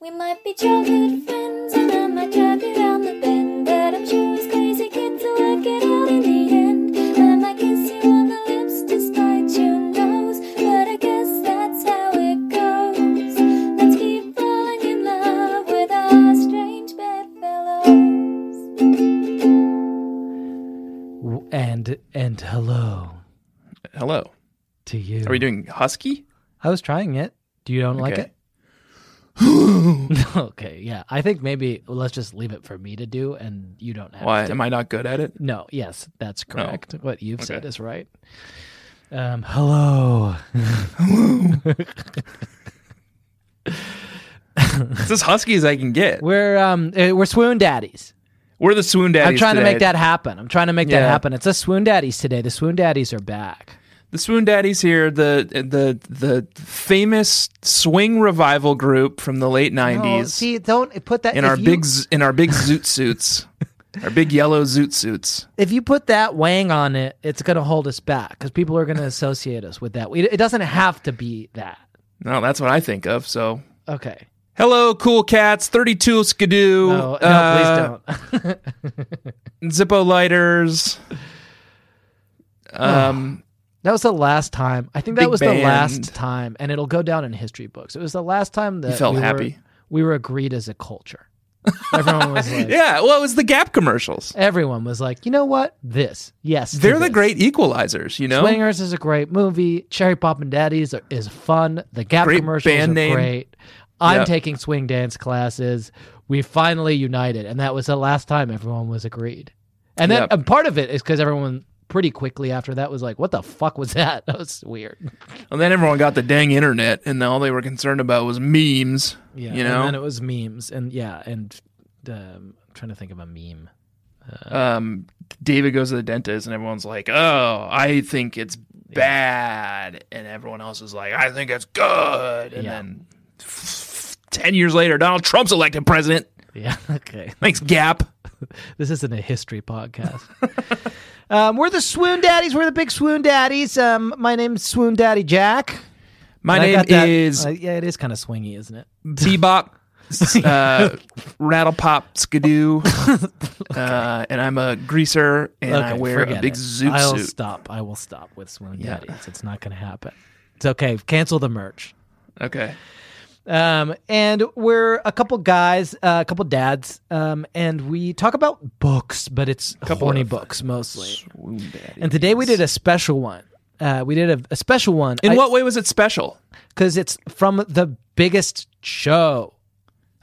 funny childhood friends, and I might drive you round the bend. But I'm sure it's crazy kids will work it out in the end. I might kiss you on the lips despite your nose, but I guess that's how it goes. Let's keep falling in love with our strange bedfellows. W- And and hello Hello. to you. Are we doing husky? I was trying it. Do you don't like Okay. it? okay, yeah. I think maybe let's just leave it for me to do, and you don't have Why to. am I not good at it? No, yes, that's correct. What you've said Okay. is right. Um, hello. It's as husky as I can get. We're um eh, we're swoon daddies. We're the swoon daddies. I'm trying to today. make that happen. I'm trying to make that Yeah. happen. It's a swoon daddies today. The swoon daddies are back. The swoon daddies here, the the the famous swing revival group from the late Oh, nineties. see, don't put that in if our you- big z- in our big zoot suits, our big yellow zoot suits. if you put that wang on it, it's gonna hold us back because people are gonna associate us with that. We- It doesn't have to be that. No, that's what I think of. So, Okay. hello, cool cats, thirty-two skidoo, No, no, uh, please don't. Zippo lighters. Oh. Um, that was the last time. I think that Big was the band. last time, and it'll go down in history books. It was the last time that felt we were- happy. we were agreed as a culture. Everyone was like, yeah, well, it was the Gap commercials. everyone was like, you know what? This, yes, to They're the this." great equalizers, you know. Swingers is a great movie. Cherry Pop and Daddies are, is fun. The Gap Great commercials band are name. great. I'm Yeah. taking swing dance classes. We finally united, and that was the last time everyone was agreed. And then Yep. and part of it is because everyone pretty quickly after that was like, "What the fuck was that? That was weird." And then everyone got the dang internet, and all they were concerned about was memes. Yeah, you know. And then it was memes, and yeah, and um, I'm trying to think of a meme. um, David goes to the dentist, and everyone's like, "Oh, I think it's bad," and everyone else is like, "I think it's good." And Yeah. then f- ten years later, Donald Trump's elected president. Yeah, okay. Thanks, Gap. This isn't a history podcast. um, we're the Swoon Daddies. We're the big Swoon Daddies. Um, my name's Swoon Daddy Jack. My And I name got that- is uh, yeah, it is kind of swingy, isn't it? Bebop, s- uh, Rattle Pop Skidoo, uh, and I'm a greaser, and I Okay, wear a forget big it. zoot I'll suit. stop. I will stop with Swoon Yeah. Daddies. It's not going to happen. It's okay. Cancel the merch. Okay, Um, and we're a couple guys, uh, a couple dads, um, and we talk about books, but it's horny of books mostly. Swoon daddy. And today we did a special one. Uh, we did a, a special one. In what way was it special? Because it's from the biggest show.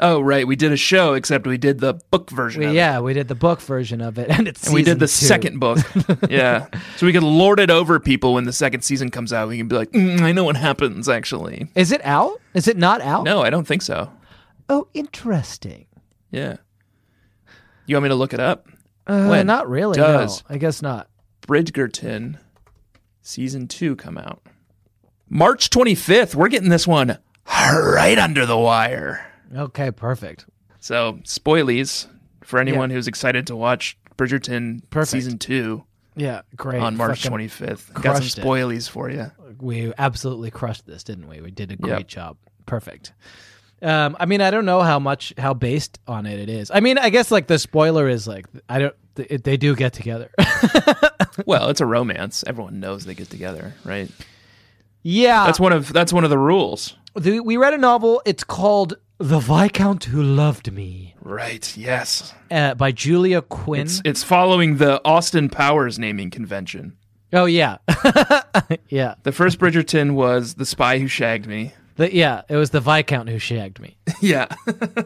Oh, right. We did a show, except we did the book version. We- of it. yeah, we did the book version of it, and it's And we did the season two. second book. yeah. So we could lord it over people when the second season comes out. We can be like, mm, I know what happens, actually. Is it out? Is it not out? No, I don't think so. Oh, interesting. Yeah. You want me to look it up? Uh, When not really. does- No, I guess not. Bridgerton season two come out. March 25th. We're getting this one right under the wire. Okay, perfect. So, spoilies for anyone who's excited to watch Bridgerton Perfect. season two Yeah, great. on March Fucking- 25th. Got some crushed it. spoilies for you. We absolutely crushed this, didn't we? We did a great Yep. job. Perfect. Um, I mean, I don't know how much how based on it it is. I mean, I guess like the spoiler is like I don't. th- They do get together. Well, it's a romance. Everyone knows they get together, right? yeah, That's one of that's one of the rules. The- we read a novel. It's called The Viscount Who Loved Me Right. Yes. uh, by Julia Quinn. It's it's following the Austin Powers naming convention. oh yeah, yeah, The first Bridgerton was The Spy Who Shagged Me. The- yeah. It was the Viscount who shagged me. Yeah.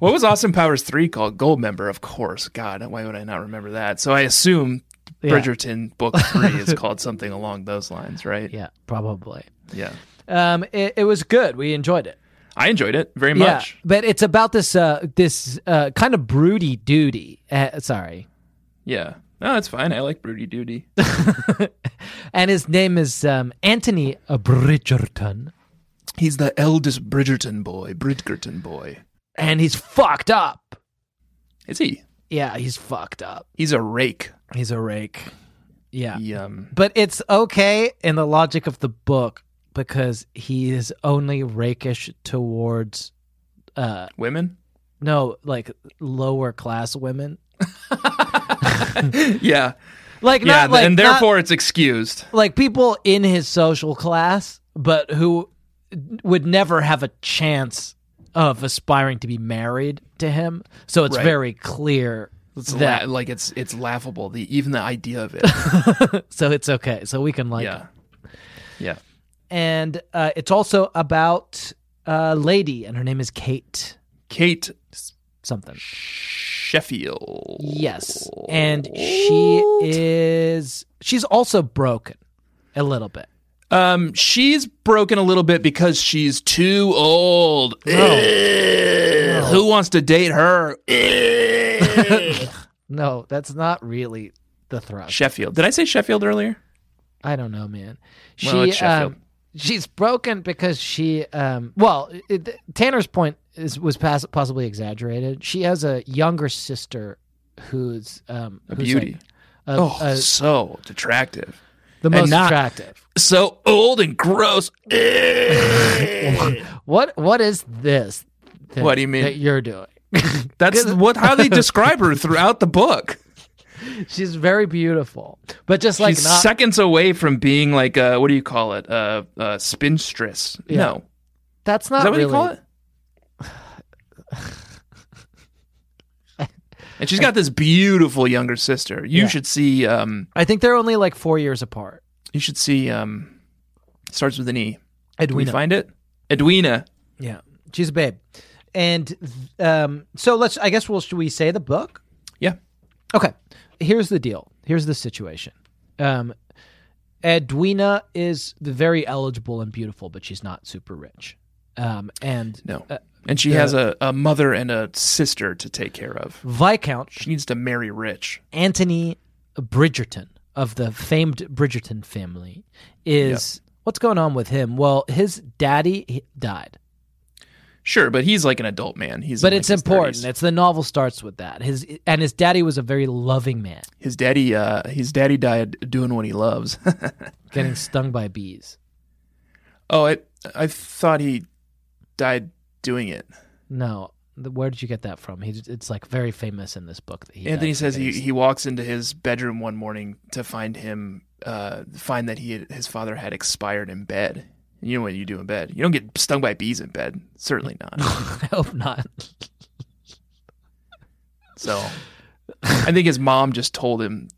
what was Austin Powers 3 called? Gold Member, of course. God, why would I not remember that? So I assume Yeah. Bridgerton book 3 is called something along those lines, right? Yeah, probably. Yeah. Um, it, it was good. We enjoyed it. I enjoyed it very much. Yeah, but it's about this uh this uh kind of broody duty. Uh, sorry, Yeah. No, it's fine. I like Broody Duty. and his name is um Anthony Bridgerton, He's the eldest Bridgerton boy, Bridgerton boy. and he's fucked up. Is he? Yeah, he's fucked up. He's a rake. He's a rake. Yeah, He, um, but it's okay in the logic of the book because he is only rakish towards uh Women? no like lower class women Yeah. like yeah. not like and not- therefore it's excused. like people in his social class but who would never have a chance of aspiring to be married to him so it's Right. very clear It's that la- like it's it's laughable. The even the idea of it. so it's okay so we can like yeah. Yeah. and uh, it's also about a lady and her name is kate Kate something Sheffield. Yes. And she is she's also broken a little bit. Um, she's broken a little bit because she's too old. Ugh. Who wants to date her? Ugh. No, that's not really the thrust. Sheffield. Did I say Sheffield earlier? I don't know, man. She Well, it's Sheffield. um, she's broken because she um well, it, Tanner's point is was pass- possibly exaggerated. She has a younger sister who's um A who's beauty. like, a- oh, a- so attractive. the most not- attractive. So old and gross. Ugh. What what is this? that- What do you mean? that you're doing? That's what how they describe her throughout the book. She's very beautiful, but just like she's not seconds away from being like uh what do you call it? Uh, uh spinstress. Yeah. No. Is that's not that what really you call it? and she's got this beautiful younger sister. You Yeah. should see um I think they're only like four years apart. you should see um starts with an E. Can we Edwina. find it? Edwina. yeah. She's a babe. And um, so let's, I guess, we'll, should we say the book? Yeah. Okay. Here's the deal. Here's the situation. Um, Edwina is the very eligible and beautiful, but she's not super rich. Um, and No. uh, and she the- has a, a mother and a sister to take care of. Viscount She needs to marry rich. Anthony Bridgerton of the famed Bridgerton family is what's going on with him? Well, his daddy he died. Sure, but he's like an adult man. He's but in, like, it's his important. 30s. It's the novel starts with that. His and his daddy was a very loving man, His daddy, uh, his daddy died doing what he loves. getting stung by bees. oh, I, I thought he died doing it. No, the- where did you get that from? He, it's like very famous in this book. That he Anthony died says he, because- he walks into his bedroom one morning to find him, uh, find that he had, his father had expired in bed. And You know what you do in bed? You don't get stung by bees in bed. Certainly not. I hope not. so, I think his mom just told him,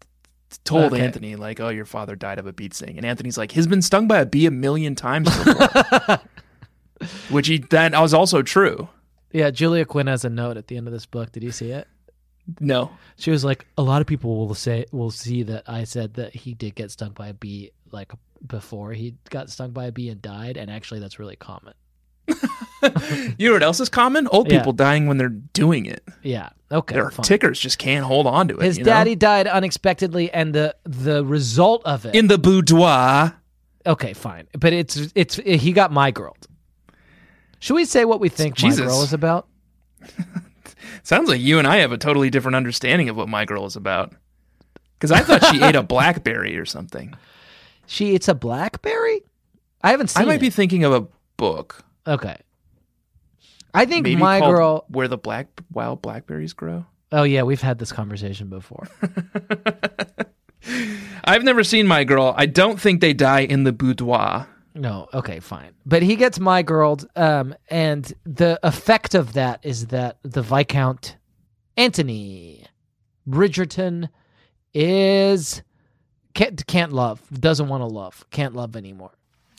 told Okay. Anthony like, "Oh, your father died of a bee sting," and Anthony's like, "He's been stung by a bee a million times before," which he that was also true. yeah, Julia Quinn has a note at the end of this book. Did you see it? No. She was like, a lot of people will say will see that I said that he did get stung by a bee like before he got stung by a bee and died, and actually that's really common. You know what else is common? Old Yeah. people dying when they're doing it. Yeah. Okay. Their fine. tickers just can't hold on to it. His you know? daddy died unexpectedly, and the the result of it. in the boudoir. okay, fine, but it's it's he got my girl. Should we say what we think my Jesus. girl is about? Sounds like you and I have a totally different understanding of what my girl is about. Because I thought she ate a blackberry or something. She it's a blackberry. I haven't seen. I might be it. thinking of a book. okay. I think Maybe my called girl. Where the Black Wild Blackberries Grow. Oh yeah, we've had this conversation before. I've never seen My Girl. I don't think they die in the boudoir. No, okay, fine. But he gets my girl, um, and the effect of that is that the Viscount Anthony Bridgerton is can't can't love, doesn't want to love, can't love anymore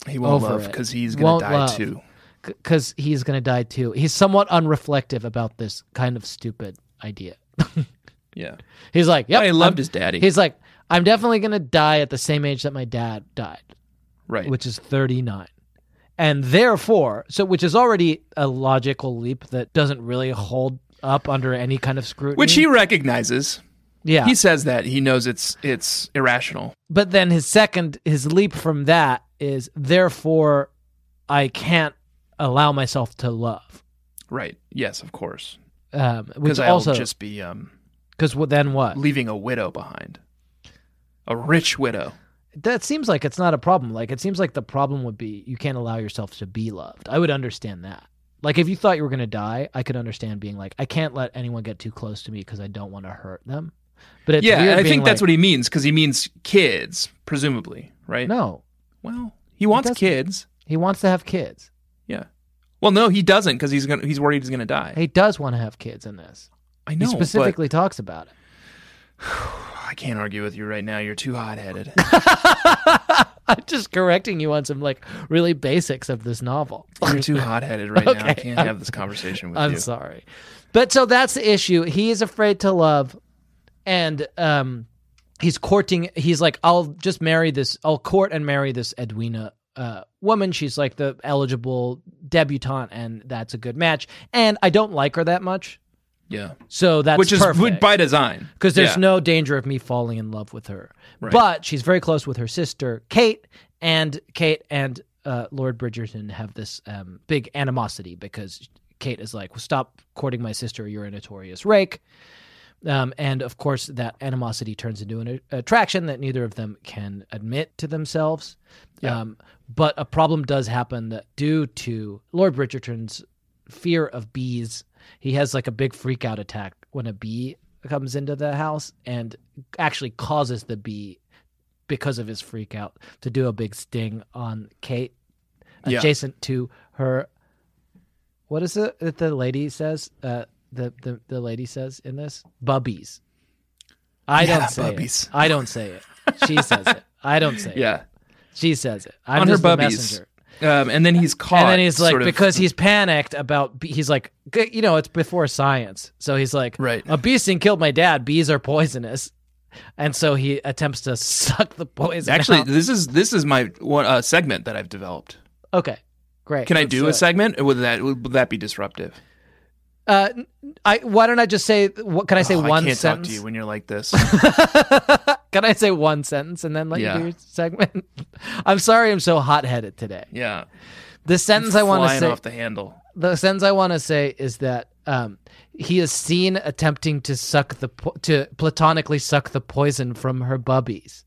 He won't Over love it. because he's going Won't to die love. too. because he's gonna die too. He's somewhat unreflective about this kind of stupid idea. Yeah. He's like, yep, Um, But he loved I'm- his daddy. He's like, I'm definitely gonna die at the same age that my dad died. right. which is 39. And therefore, so which is already a logical leap that doesn't really hold up under any kind of scrutiny. Which he recognizes. yeah. He says that. He knows it's it's irrational. but then his second, his leap from that is therefore, I can't allow myself to love. Right. Yes, of course. Um, which Because I'll also, just be um, because then what? leaving a widow behind. A rich widow. that seems like it's not a problem. Like it seems like the problem would be you can't allow yourself to be loved. I would understand that. Like if you thought you were going to die, I could understand being like I can't let anyone get too close to me because I don't want to hurt them. But it's yeah, weird and I being think that's like, what he means because he means kids, presumably, right? No, Well, he wants doesn't. kids. he wants to have kids. Yeah. Well, no, he doesn't because he's gonna. He's worried he's gonna die. He does want to have kids in this. I He know. but specifically talks about it. I can't argue with you right now. You're too hot headed. I'm just correcting you on some like really basics of this novel. You're too hot headed right now. I Okay, can't I'm- have this conversation with I'm you. sorry. But so that's the issue. He is afraid to love and um he's courting he's like I'll just marry this I'll court and marry this Edwina uh woman. She's like the eligible debutante and that's a good match. And I don't like her that much. Yeah. So that's Which is perfect. would by design. because there's Yeah. no danger of me falling in love with her. Right. But she's very close with her sister Kate, and Kate and uh, Lord Bridgerton have this um, big animosity because Kate is like, "Stop courting my sister, you're a notorious rake." Um, and of course, that animosity turns into an a- attraction that neither of them can admit to themselves. Yeah. Um, but a problem does happen that due to Lord Bridgerton's fear of bees, he has like a big freak out attack when a bee comes into the house and actually causes the bee because of his freak out to do a big sting on Kate Yeah. adjacent to her what is it that the lady says uh the the, the lady says in this bubbies i Yeah, don't say bubbies. it i don't say it she says it i don't say it Yeah. she says it i'm On her just the bubbies. messenger Um, and then he's caught. and then he's like sort of- because he's panicked about bee- he's like g- you know it's before science so he's like Right. a bee sting killed my dad bees are poisonous and so he attempts to suck the poison Actually, out. this is this is my one uh, segment that I've developed. okay great Can I Let's do a it. segment? Or would that would that be disruptive? Uh, n- I why don't I just say what can I say Oh, one I can't sentence? talk to you when you're like this. can I say one sentence and then let Yeah. you do your segment? I'm sorry, I'm so hot headed today. Yeah. The sentence I want to Flying say, off the handle. the sentence I want to say is that um, he is seen attempting to suck the po- to platonically suck the poison from her bubbies.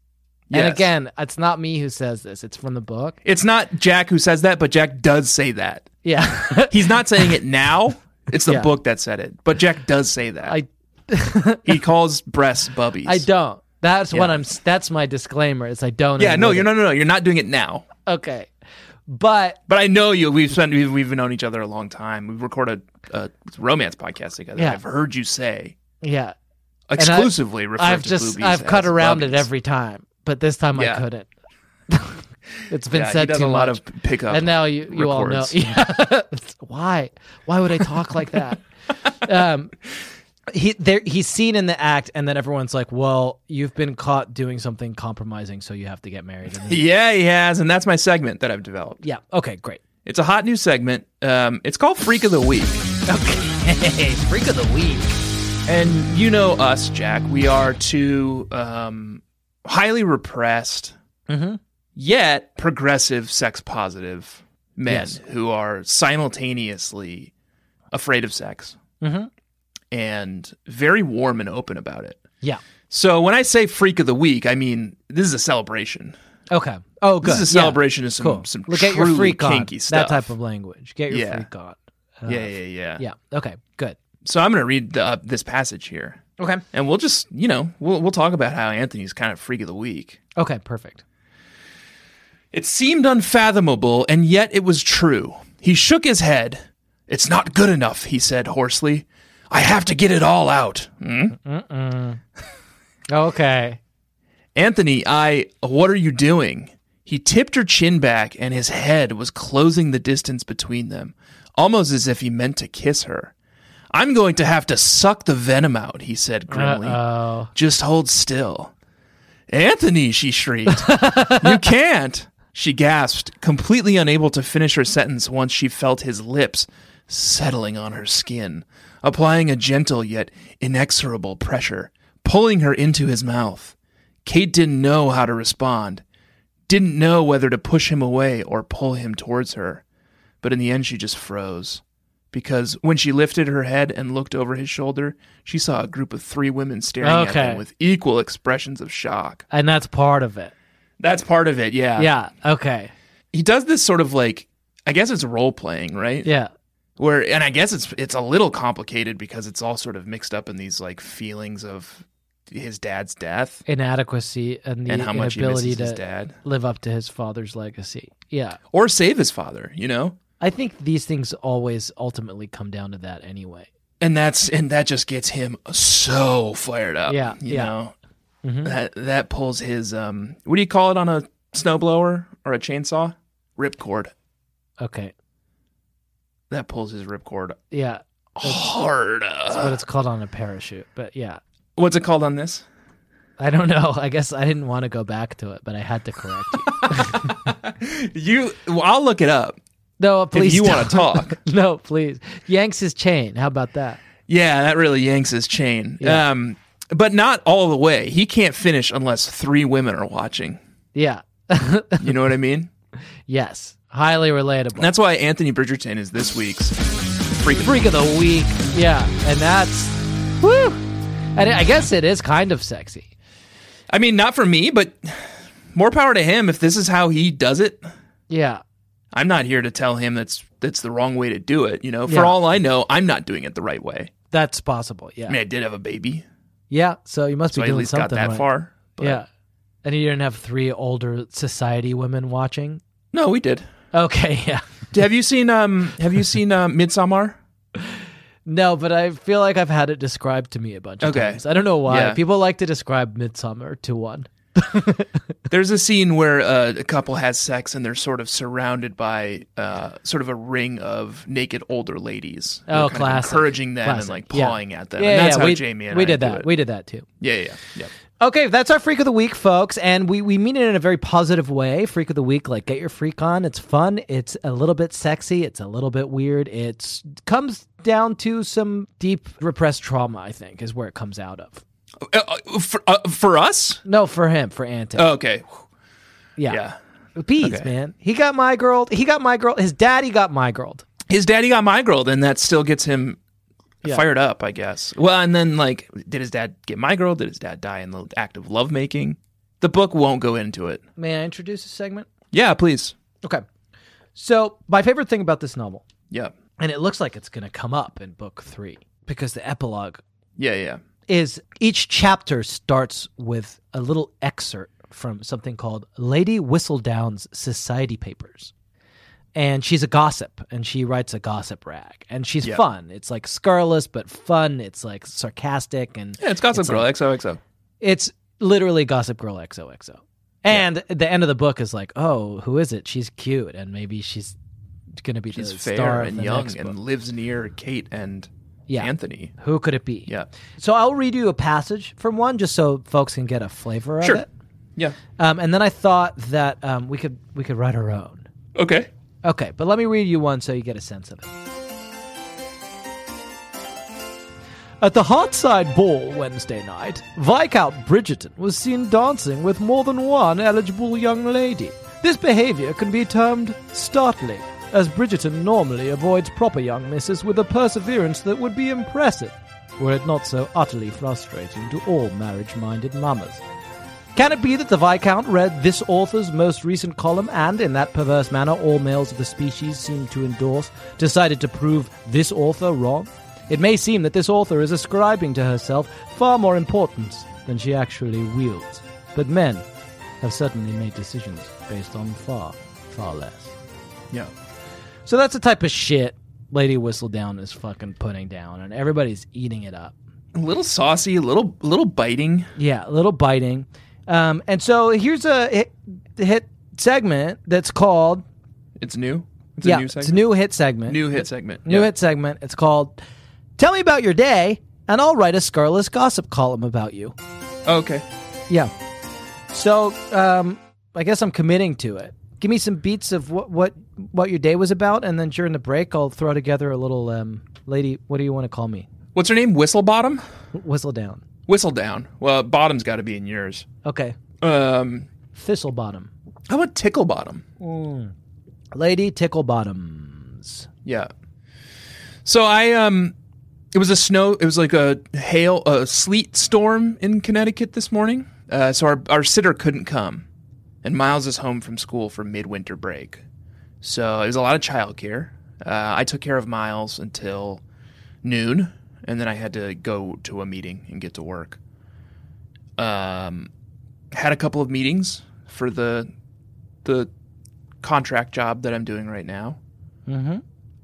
And Yes. again, it's not me who says this; it's from the book. It's not Jack who says that, but Jack does say that. Yeah, He's not saying it now. It's the Yeah. book that said it. But Jack does say that. I he calls breasts bubbies. I don't. That's what Yeah. I'm. s- That's my disclaimer. Is I don't. Yeah, no, admit you're it. no, no, no. You're not doing it now. Okay, but But I know you. We've spent, we've, we've known each other a long time. We've recorded a romance podcast together. Yeah. I've heard you say yeah, I- exclusively. refer I've to just boobies I've cut as around it bubbies. every time, but this time Yeah. I couldn't. it's been Yeah, he said does too a lot much, of pickup. and now you you all know. Uh, records. Yeah. Why? Why would I talk like that? um, he there he's seen in the act, and then everyone's like, "Well, you've been caught doing something compromising, so you have to get married." And he- yeah, he has, and that's my segment that I've developed. yeah. Okay. Great. It's a hot new segment. Um, it's called Freak of the Week. Okay. Freak of the week. And you know us, Jack. We are two um, highly repressed, Mhm. yet progressive, sex positive men Yes. who are simultaneously afraid of sex Mhm. and very warm and open about it. Yeah. So when I say freak of the week, I mean this is a celebration. Okay. Oh, good. This is a Yeah. celebration of some Cool. some Look truly at your freak on. kinky stuff. That type of language. Get your Yeah. freak on. Uh, yeah, yeah, yeah, Yeah. Okay. Good. So I'm going to read the, uh, this passage here, Okay. and we'll just you know we'll we'll talk about how Anthony's kind of freak of the week. Okay. Perfect. It seemed unfathomable, and yet it was true. He shook his head. It's not good enough, he said hoarsely. I have to get it all out. Hmm? Okay. Anthony, I. What are you doing? He tipped her chin back, and his head was closing the distance between them, almost as if he meant to kiss her. I'm going to have to suck the venom out, he said grimly. Oh. Just hold still. Anthony, she shrieked. you can't, she gasped, completely unable to finish her sentence once she felt his lips settling on her skin, applying a gentle yet inexorable pressure, pulling her into his mouth. Kate didn't know how to respond, didn't know whether to push him away or pull him towards her. But in the end, she just froze because when she lifted her head and looked over his shoulder, she saw a group of three women staring at Okay. them with equal expressions of shock. And that's part of it. That's part of it, yeah. Yeah. Okay. He does this sort of like I guess it's role playing, right? Yeah. Where and I guess it's it's a little complicated because it's all sort of mixed up in these like feelings of his dad's death Inadequacy and the and how much he inability misses his to dad. live up to his father's legacy. Yeah. Or save his father, you know? I think these things always ultimately come down to that anyway. and that's and that just gets him so fired up. Yeah, you yeah. know Mhm. that that pulls his um. What do you call it on a snowblower or a chainsaw? Ripcord. Okay. That pulls his ripcord Yeah. hard. That's what it's called on a parachute. But yeah. What's it called on this? I don't know. I guess I didn't want to go back to it, but I had to correct you. You. Well, I'll look it up No, please. if you don't. want to talk. No, please. Yanks his chain. How about that? yeah, that really yanks his chain. Um, but not all the way. He can't finish unless three women are watching. Yeah. You know what I mean? yes. Highly relatable. That's why Anthony Bridgerton is this week's freak. of the Freak of the week. Yeah. And that's woo. And I guess it is kind of sexy. I mean, not for me, but more power to him if this is how he does it. Yeah. I'm not here to tell him that's that's the wrong way to do it. You know, for Yeah. all I know, I'm not doing it the right way. That's possible. I Yeah. mean, I did have a baby, Yeah. So you must so be I doing at least got something that right. far. But Yeah. And you didn't have three older society women watching. no, we did. Okay. Yeah. have you seen um Have you seen uh, Midsommar? No, but I feel like I've had it described to me a bunch of Okay. times. I don't know why. Yeah. People like to describe Midsummer to one. There's a scene where uh, a couple has sex and they're sort of surrounded by uh, sort of a ring of naked older ladies. who Oh, are kind of classic. encouraging them Classic. and like Yeah. pawing at them. Yeah, and that's yeah, how we, Jamie and we I did do that. it. We did that too. yeah, yeah, yeah. Okay, that's our Freak of the Week, folks. And we, we mean it in a very positive way. Freak of the Week, like get your freak on. It's fun. It's a little bit sexy. It's a little bit weird. It comes down to some deep repressed trauma, I think, is where it comes out of. Uh, uh, for, uh, for us, No, for him, for Anton. oh, okay. yeah. Yeah. Peas, Okay. man. He got my girl. He got my girl. His daddy got my girl. his daddy got migrilled and that still gets him Yeah. fired up i guess well and then like did his dad get migrilled did his dad die in the act of lovemaking the book won't go into it May I introduce a segment? yeah please Okay. So, my favorite thing about this novel, yeah and it looks like it's going to come up in book three because the epilogue yeah yeah is each chapter starts with a little excerpt from something called Lady Whistledown's Society Papers. And she's a gossip and she writes a gossip rag. And she's Yeah. fun. It's like scurrilous but fun. It's like sarcastic and yeah it's gossip It's girl xoxo it's literally Gossip Girl XOXO. And the end of the book is like, oh, who is it? She's cute, and maybe she's gonna be she's the fair star of and the young next and book. lives near kate and Yeah, anthony who could it be? yeah So I'll read you a passage from one, just so folks can get a flavor Sure. of it. yeah Um, and then I thought that um, we could we could write our own. okay Okay, but let me read you one so you get a sense of it. At the Hartside Ball Wednesday night, Viscount Bridgerton was seen dancing with more than one eligible young lady. This behavior can be termed startling, as Bridgerton normally avoids proper young misses with a perseverance that would be impressive, were it not so utterly frustrating to all marriage minded mamas. Can it be that the Viscount read this author's most recent column and, in that perverse manner all males of the species seem to endorse, decided to prove this author wrong? It may seem that this author is ascribing to herself far more importance than she actually wields, but men have certainly made decisions based on far, far less. yeah So that's the type of shit Lady Whistledown is fucking putting down, and everybody's eating it up. a little saucy a little little biting Yeah, a little biting. Um, and so here's a hit, hit segment that's called it's new it's yeah, a new it's segment a new hit segment. New hit segment New Yeah. hit segment. It's called "Tell Me About Your Day," and I'll write a scurrilous gossip column about you. okay Yeah. So um, I guess I'm committing to it. Give me some beats of what what what your day was about, and then during the break, I'll throw together a little um, lady. What do you want to call me? what's her name whistle bottom Whistle down. whistle down well bottom's got to be in yours Okay. um Thistle bottom. How about tickle bottom? Mm. Lady tickle bottoms. Yeah. So I um it was a snow it was like a hail a sleet storm in Connecticut this morning. Uh, so our our sitter couldn't come. and Miles is home from school for midwinter break. So it was a lot of childcare. Uh, I took care of Miles until noon, and then I had to go to a meeting and get to work. Um, had a couple of meetings for the the contract job that I'm doing right now. Mm-hmm.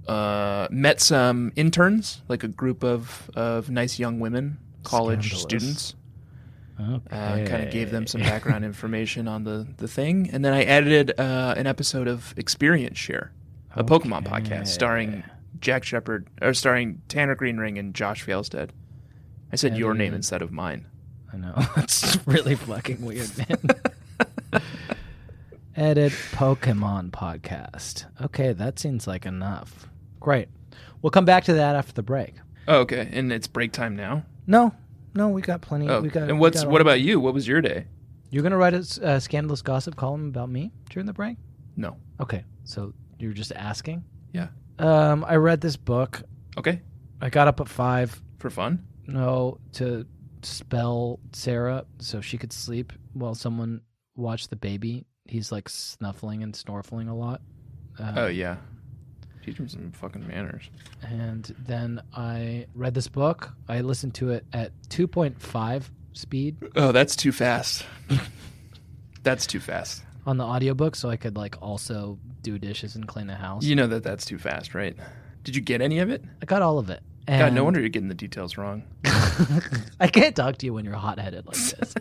Uh, met some interns, like a group of of nice young women, college Scandalous. students Okay. uh, kind of gave them some background information on the, the thing. And then I edited uh, an episode of Experience Share, a Pokemon podcast starring Jack Shepard, or starring Tanner Greenring and Josh Failstead. I said your name Edited. instead of mine. I know. That's really fucking weird, man. Edit Pokemon podcast. Okay, that seems like enough. Great. We'll come back to that after the break. Oh, okay. And it's break time now. No, no, we got plenty. Oh, we got. and we what's got what all- about you? What was your day? You're gonna write a s- uh, scandalous gossip column about me during the break? No. Okay, so you're just asking. Yeah. Um, I read this book. Okay. I got up at five. For fun. No, to spell Sarah so she could sleep while someone watched the baby. He's like snuffling and snorfling a lot. Uh, Oh yeah. Teach him some fucking manners. And then I read this book. I listened to it at 2.5 speed Oh, that's too fast. that's too fast. on the audiobook so I could like also do dishes and clean the house. You know that that's too fast, right? Did you get any of it? I got all of it. And God, no wonder you're getting the details wrong. I can't talk to you when you're hot headed like this.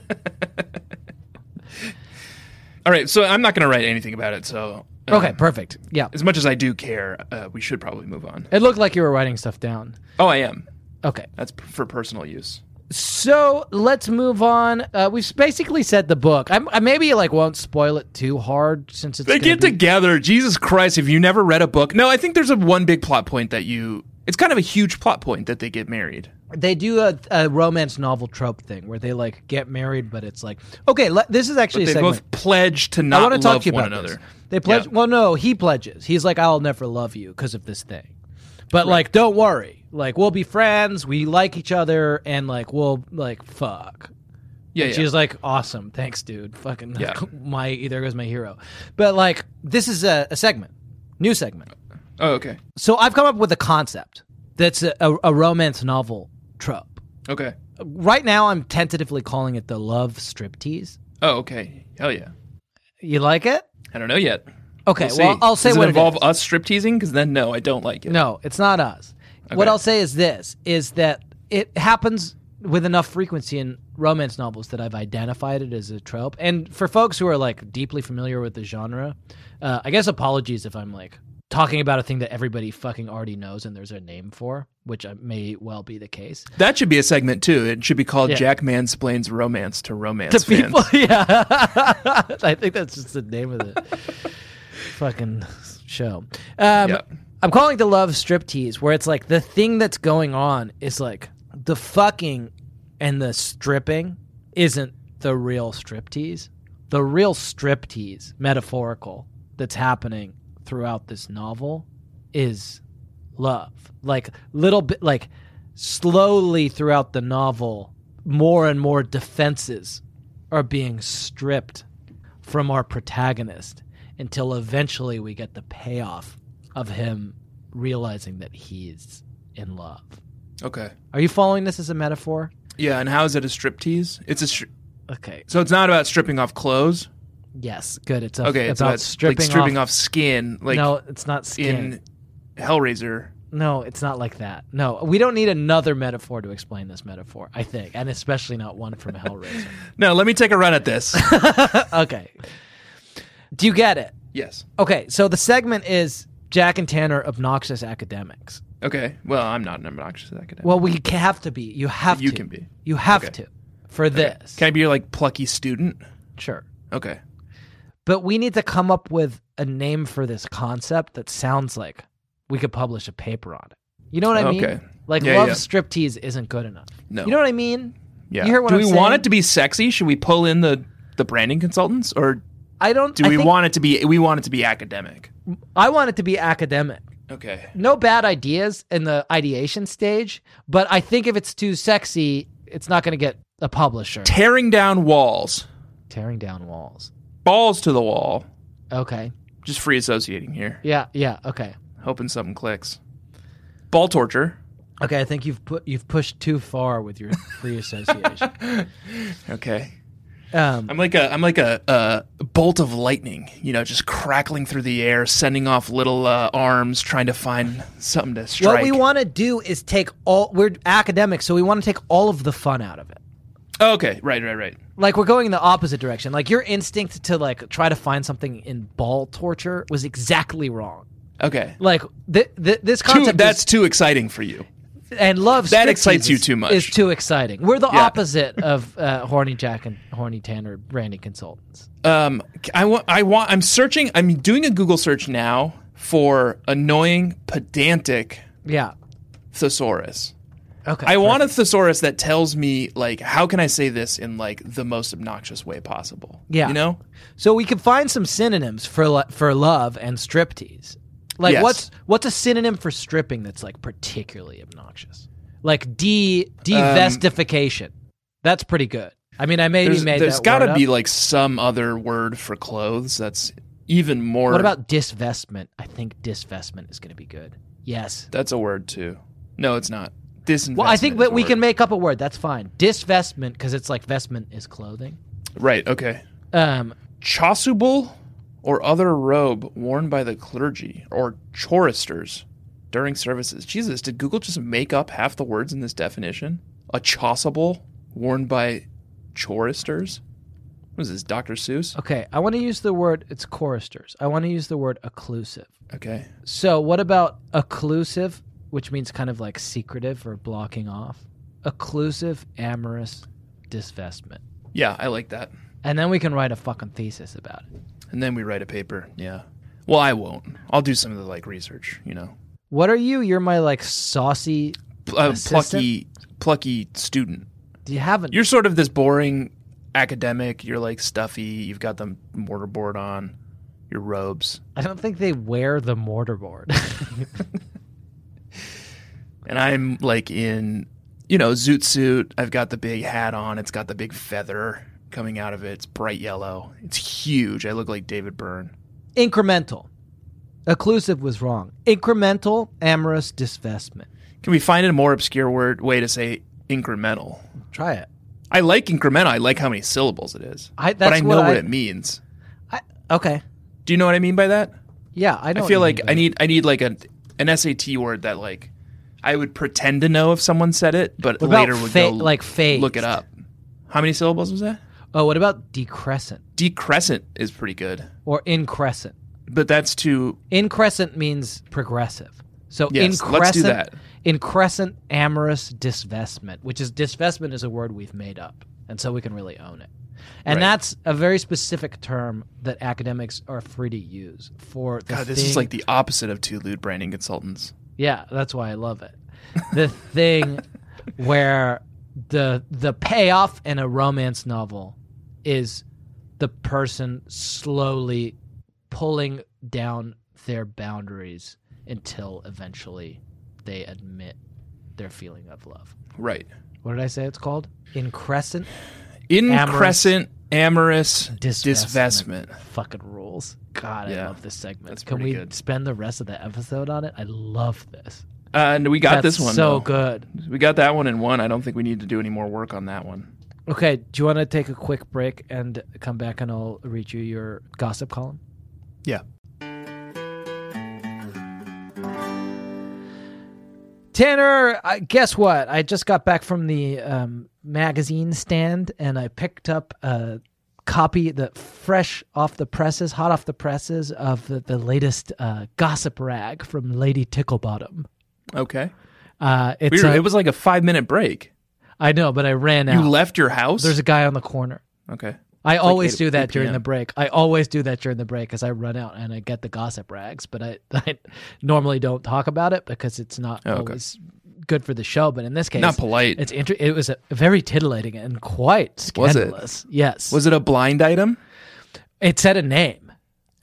All right, so I'm not going to write anything about it. So uh, okay, perfect. Yeah. as much as I do care, uh, we should probably move on. It looked like you were writing stuff down. Oh, I am. Okay. That's p- for personal use. So let's move on. Uh, we've basically said the book. I'm, I maybe like won't spoil it too hard since it's They gonna get be- together. Jesus Christ! Have you never read a book? No, I think there's a one big plot point that you. It's kind of a huge plot point that they get married. they do a, a romance novel trope thing where they like get married, but it's like okay, le- this is actually They a segment. both pledge to I not want to love talk to you one about another. this. They pledge. Yeah. Well, no, he pledges. He's like, I'll never love you because of this thing. But like, don't worry. Like, we'll be friends. We like each other, and like, we'll like fuck. Yeah, And yeah. she's like, awesome, thanks, dude. Fucking Yeah. my there goes my hero. But like, this is a, a segment, new segment. oh, okay, So I've come up with a concept that's a, a, a romance novel trope. okay. Right now, I'm tentatively calling it the love striptease. Oh, okay. Hell yeah. You like it? I don't know yet. Okay, We'll well, see. I'll say Does what it it involve is. us strip teasing? Because then, no, I don't like it. No, it's not us. What Okay. I'll say is this: is that it happens with enough frequency in romance novels that I've identified it as a trope. And for folks who are like deeply familiar with the genre, uh, I guess apologies if I'm like talking about a thing that everybody fucking already knows and there's a name for, which uh, may well be the case. That should be a segment too. It should be called Yeah. Jack Mansplains Romance to Romance To Fans. people, yeah, I think that's just the name of the fucking show. Um, Yeah. I'm calling the love striptease, where it's like the thing that's going on is like the fucking and the stripping isn't the real striptease. The real striptease, metaphorical, that's happening throughout this novel is love. Like little bit, like slowly throughout the novel, more and more defenses are being stripped from our protagonist until eventually we get the payoff of him realizing that he's in love. Okay. Are you following this as a metaphor? Yeah, and how is it a striptease? It's a stri- Okay. so it's not about stripping off clothes. Yes. Good. It's a, Okay, about it's about stripping, like, stripping off. off, skin, like no, it's not skin. in Hellraiser. No, it's not like that. No, we don't need another metaphor to explain this metaphor. I think, and especially not one from Hellraiser. No, let me take a run at this. okay. Do you get it? yes. Okay. So the segment is Jack and Tanner obnoxious academics. Okay. Well, I'm not an obnoxious academic. Well, we ca- have to be. You have you to. can be. You have Okay. to for this. Can I be like plucky student? Sure. Okay. But we need to come up with a name for this concept that sounds like we could publish a paper on it. You know what I mean? Okay. Like Yeah, love yeah. striptease isn't good enough. No. You know what I mean? yeah. you hear what Do I'm we want saying? it to be sexy? Should we pull in the the branding consultants, or I don't do I we think- want it to be we want it to be academic? I want it to be academic. Okay. No bad ideas in the ideation stage, but I think if it's too sexy, it's not going to get a publisher. Tearing down walls. Tearing down walls. balls to the wall. Okay. Just free associating here, Yeah. Yeah. Okay. hoping something clicks. Ball torture. Okay. I think you've put you've pushed too far with your free association. Okay. um, I'm like a I'm like a, a bolt of lightning, you know, just crackling through the air, sending off little uh, arms, trying to find something to strike. what we want to do is take all. We're academics, so we want to take all of the fun out of it. Okay, right, right, right. Like we're going in the opposite direction. Like your instinct to like try to find something in ball torture was exactly wrong. Okay, Like th- th- this too, concept is- that's too exciting for you. and love That striptease excites you is- too much. Is too exciting. We're the Yeah. opposite of uh, horny Jack and horny Tanner branding consultants. Um, I want I want I'm searching. I'm doing a Google search now for annoying pedantic Yeah. thesaurus. Okay. I want a thesaurus that tells me like how can I say this in like the most obnoxious way possible. Yeah. you know. so we can find some synonyms for lo- for love and striptease. Like Yes. what's what's a synonym for stripping that's like particularly obnoxious? Like de devestification. that's pretty good. I mean, I maybe There's, made there's that got word to up. be like some other word for clothes that's even more. What about disvestment? I think disvestment is going to be good. Yes. that's a word too? No, it's not. Disinvestment. Well, I think is that a we word. can make up a word. That's fine. Disvestment because it's like vestment is clothing. right. Okay. Um, chasuble or other robe worn by the clergy or choristers during services. Jesus, did Google just make up half the words in this definition? A chasuble worn by choristers? What is this, Dr. Seuss? okay, I want to use the word. It's choristers. I want to use the word occlusive. Okay. So what about occlusive, which means kind of like secretive or blocking off? Occlusive amorous disvestment, Yeah, I like that. and then we can write a fucking thesis about it. And then we write a paper. Yeah. Well, I won't. I'll do some of the like research, you know. What are you? You're my like saucy. P- uh, Assistant? plucky plucky student. Do you haven't? You're sort of this boring academic. You're like stuffy. You've got the mortarboard on, your robes. I don't think they wear the mortarboard. and I'm like in, you know, zoot suit. I've got the big hat on. It's got the big feather coming out of it. It's bright yellow. It's huge. I look like David Byrne. Incremental. Occlusive was wrong. Incremental amorous disvestment. Can we find a more obscure word way to say incremental? Try it. I like incremental. I like how many syllables it is. I- but that's I know what what, I- it means. I, okay. Do you know what I mean by that? Yeah, I I know. feel what you mean like by I need I need like a an SAT word that like I would pretend to know if someone said it, but What about later would fa- go like phased? look it up. How many syllables was that? that. Oh, what about decrescent Decrescent is pretty good. or increscent? But that's too Increscent means progressive. So Yes, increscent, let's do that. increscent amorous disvestment, which is disvestment is a word we've made up, and so we can really own it. And Right. that's a very specific term that academics are free to use for the God, this is thing- like the opposite of two lewd branding consultants. Yeah, that's why I love it. The thing where the the payoff in a romance novel is the person slowly pulling down their boundaries until eventually they admit their feeling of love. Right. What did I say it's called? Increscent Increscent amorous Disvestment. disvestment. fucking rules. God, I Yeah, love this segment. that's Can we pretty good. spend the rest of the episode on it? I love this. Uh, and we got That's this one. so though. good. We got that one in one. I don't think we need to do any more work on that one. Okay, do you want to take a quick break and come back and I'll read you your gossip column? Yeah. Tanner, I, guess what? I just got back from the um, magazine stand and I picked up a copy that fresh off the presses, hot off the presses of the, the latest uh, gossip rag from Lady Ticklebottom. Okay. Uh, We it's were, a- it was like a five minute break. I know, but I ran out. You left your house? There's a guy on the corner. okay. I always 8 do that 8 during PM. the break. I always do that during the break because I run out and I get the gossip rags, but I, I normally don't talk about it because it's not Oh, okay. always good for the show. But in this case, Not polite. It's inter- it was a very titillating and quite Was it? scandalous. Yes, Was it a blind item? it said a name?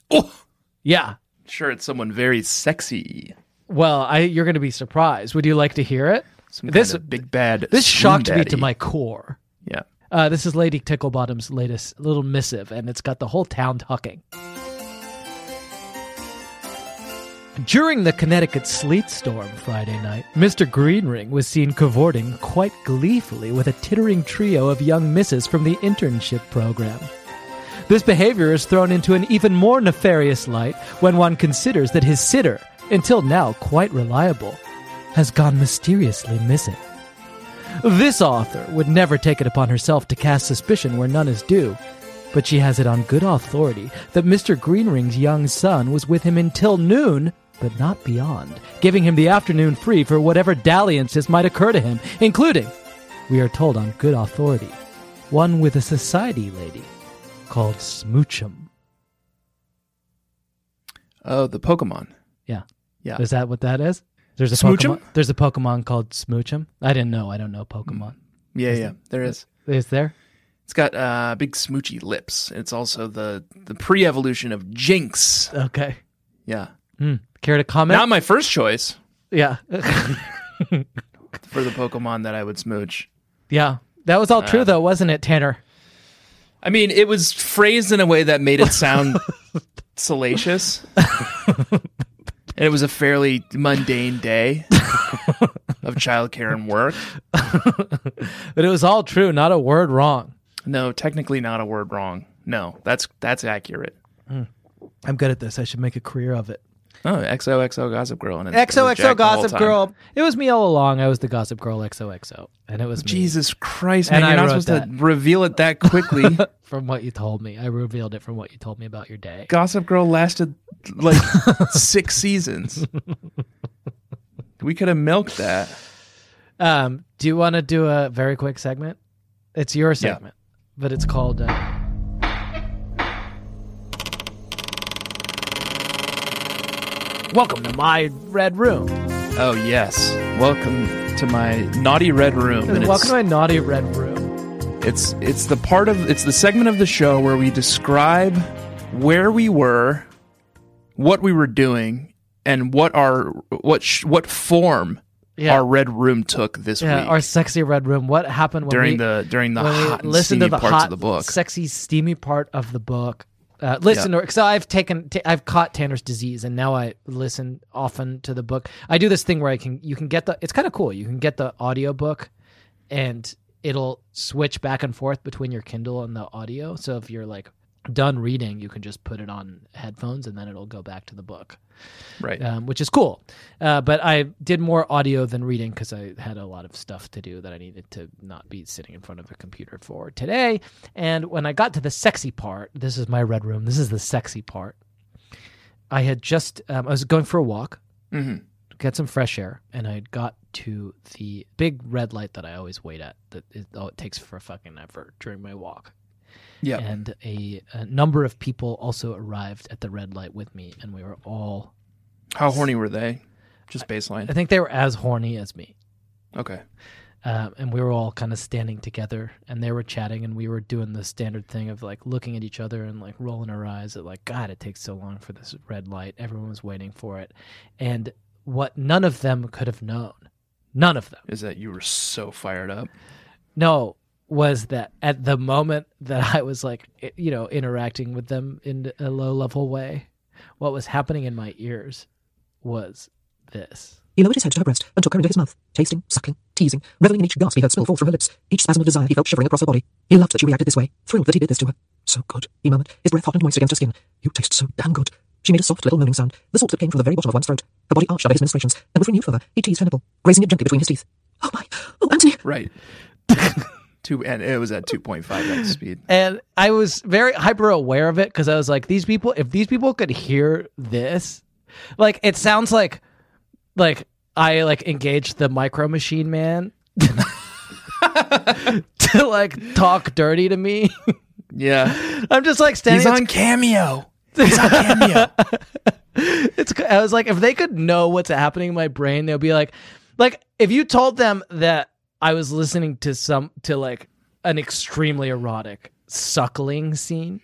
Oh, Yeah. sure. It's someone very sexy. Well, I you're going to be surprised. Would you like to hear it? Some This- kind of big bad. This swoon shocked me daddy. to my core. Yeah. Uh, this is Lady Ticklebottom's latest little missive, and it's got the whole town talking. During the Connecticut sleet storm Friday night, Mr. Greenring was seen cavorting quite gleefully with a tittering trio of young misses from the internship program. This behavior is thrown into an even more nefarious light when one considers that his sitter, until now quite reliable, has gone mysteriously missing. This author would never take it upon herself to cast suspicion where none is due, but she has it on good authority that Mr. Greenring's young son was with him until noon, but not beyond, giving him the afternoon free for whatever dalliances might occur to him, including, we are told on good authority, one with a society lady called Smoochum. Oh, the Pokemon. Yeah. Yeah. Is that what that is? There's a Smoochum? Pokemon. There's a Pokemon called Smoochum. I didn't know. I don't know Pokemon. Yeah, yeah. There is. Is there? It's got uh, big smoochy lips. It's also the the pre-evolution of Jinx. Okay. Yeah. Hmm. Care to comment? Not my first choice yeah. for the Pokemon that I would smooch. yeah. That was all true, though, wasn't it, Tanner? I mean, it was phrased in a way that made it sound salacious. and it was a fairly mundane day of childcare and work. But it was all true, not a word wrong. No, technically not a word wrong. No, that's that's accurate. I'm good at this. I should make a career of it. Oh, XOXO Gossip Girl. And it was Jack XOXO the whole Gossip time. Girl. It was me all along. I was the Gossip Girl XOXO. And it was me. Jesus Christ, And man. You're I not wrote supposed to reveal it that quickly. From what you told me, I revealed it from what you told me about your day. Gossip Girl lasted like six seasons. We could have milked that. Um, do you want to do a very quick segment? It's your segment, but it's called. Uh, Welcome to my red room. Oh, yes. Welcome to my naughty red room. and Welcome it's- to my naughty red room. It's it's the part of it's the segment of the show where we describe where we were, what we were doing, and what our what sh- what form Yeah. our red room took this Yeah, week our sexy red room. What happened when during we, the during the when we hot and listen to steamy the parts hot, of the book. sexy, steamy part of the book? Uh, listen, or so I've taken, t- I've caught Tanner's disease, and now I listen often to the book. I do this thing where I can, you can get the, it's kind of cool. You can get the audio book, and it'll switch back and forth between your Kindle and the audio. So if you're like done reading, you can just put it on headphones, and then it'll go back to the book right. um, which is cool. Uh, but I did more audio than reading because I had a lot of stuff to do that I needed to not be sitting in front of a computer for today. And when I got to the sexy part, this is my red room. This is the sexy part. I had just um, I was going for a walk, Mhm. got some fresh air, and I got to the big red light that I always wait at. That is all it takes for a fucking effort during my walk Yeah. and a, a number of people also arrived at the red light with me and we were all How horny were they? Just I baseline. think they were as horny as me. Okay. Um, and we were all kind of standing together and they were chatting and we were doing the standard thing of like looking at each other and like rolling our eyes at like, God, it takes so long for this red light. Everyone was waiting for it. And what none of them could have known, none of them, Is that you were so fired up? no, was that at the moment that I was like, i- you know, interacting with them in a low level way, what was happening in my ears was this. He lowered his head to her breast and took her into his mouth, tasting, suckling, teasing, reveling in each gasp he heard spill forth from her lips, each spasm of desire he felt shivering across her body. He loved that she reacted this way, thrilled that he did this to her. So good, he murmured, his breath hot and moist against her skin. You taste so damn good. She made a soft little moaning sound, the sort that came from the very bottom of one's throat. Her body arched under his ministrations, and with renewed fervor, he teased her nipple, raising it gently between his teeth. Oh my, oh Antony, Right. Two and it was at two point five x speed. and I was very hyper aware of it because I was like, these people, if these people could hear this, like it sounds like, like I like engaged the micro machine man to like talk dirty to me. Yeah. I'm just like standing. He's on cameo. He's on cameo. It's, I was like, if they could know what's happening in my brain, they'll be like, like if you told them that I was listening to some to like an extremely erotic suckling scene.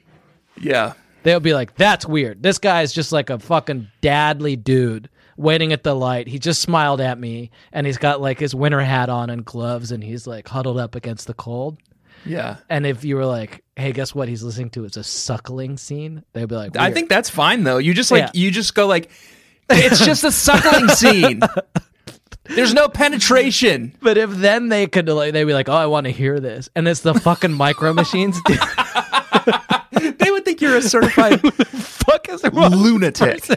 Yeah. they'll be like, "That's weird. This guy's just like a fucking dadly dude waiting at the light. He just smiled at me, and he's got like his winter hat on and gloves, and he's like huddled up against the cold." Yeah. And if you were like, "Hey, guess what? He's listening to it's a suckling scene," they'd be like, I "Weird." think that's fine though. You just like Yeah. you just go like it's just a suckling scene. There's no penetration. But if then they could, like, they'd be like, "Oh, I want to hear this," and it's the fucking micro machines. Dude, They would think you're a certified fuck is wrong? lunatic.